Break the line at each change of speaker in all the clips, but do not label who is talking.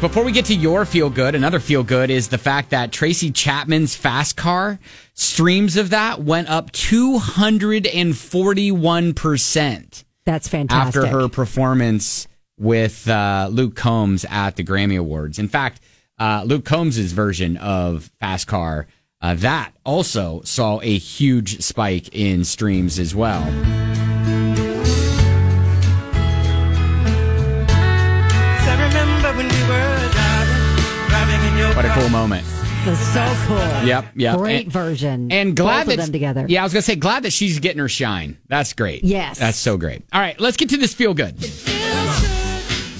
Before we get to your feel good, another feel good is the fact that Tracy Chapman's Fast Car streams of that went up 241%
That's fantastic.
after her performance with uh, Luke Combs at the Grammy Awards. In fact, uh, Luke Combs' version of Fast Car, uh, that also saw a huge spike in streams as well.
I remember when we were driving, driving in your
What a cool moment.
That's so cool.
Yep, yep.
Great
And-
version.
And glad
Both
that
of them together.
Yeah, I was gonna say glad that she's getting her shine. That's great.
Yes.
that's so great. All right, let's get to this feel good.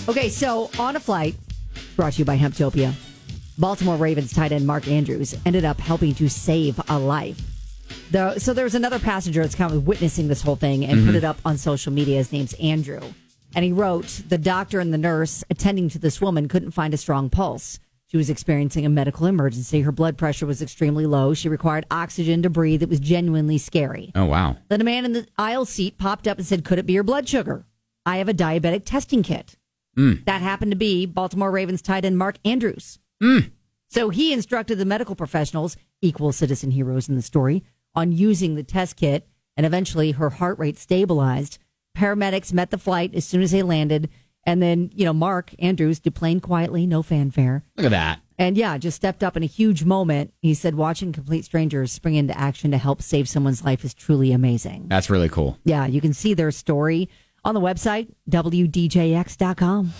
Okay, so on a flight brought to you by Hemptopia, Baltimore Ravens tight end Mark Andrews ended up helping to save a life. Though, so there was another passenger that's kind of witnessing this whole thing and
Mm-hmm.
put it up on social media. His name's Andrew, and he wrote, "The doctor and the nurse attending to this woman couldn't find a strong pulse. She was experiencing a medical emergency. Her blood pressure was extremely low. She required oxygen to breathe. It was genuinely scary."
Oh wow,
Then a man in the aisle seat popped up and said, Could it be your blood sugar? I have a diabetic testing kit. That happened to be Baltimore Ravens tight end Mark Andrews. So he instructed the medical professionals, equal citizen heroes in the story, on using the test kit, and eventually her heart rate stabilized. Paramedics met the flight as soon as they landed. And then, you know, Mark Andrews deplaned quietly, no fanfare.
look at that.
And yeah, just stepped up in a huge moment. He said, watching complete strangers spring into action to help save someone's life is truly amazing.
That's really cool.
Yeah, you can see their story on the website, wdjx.com.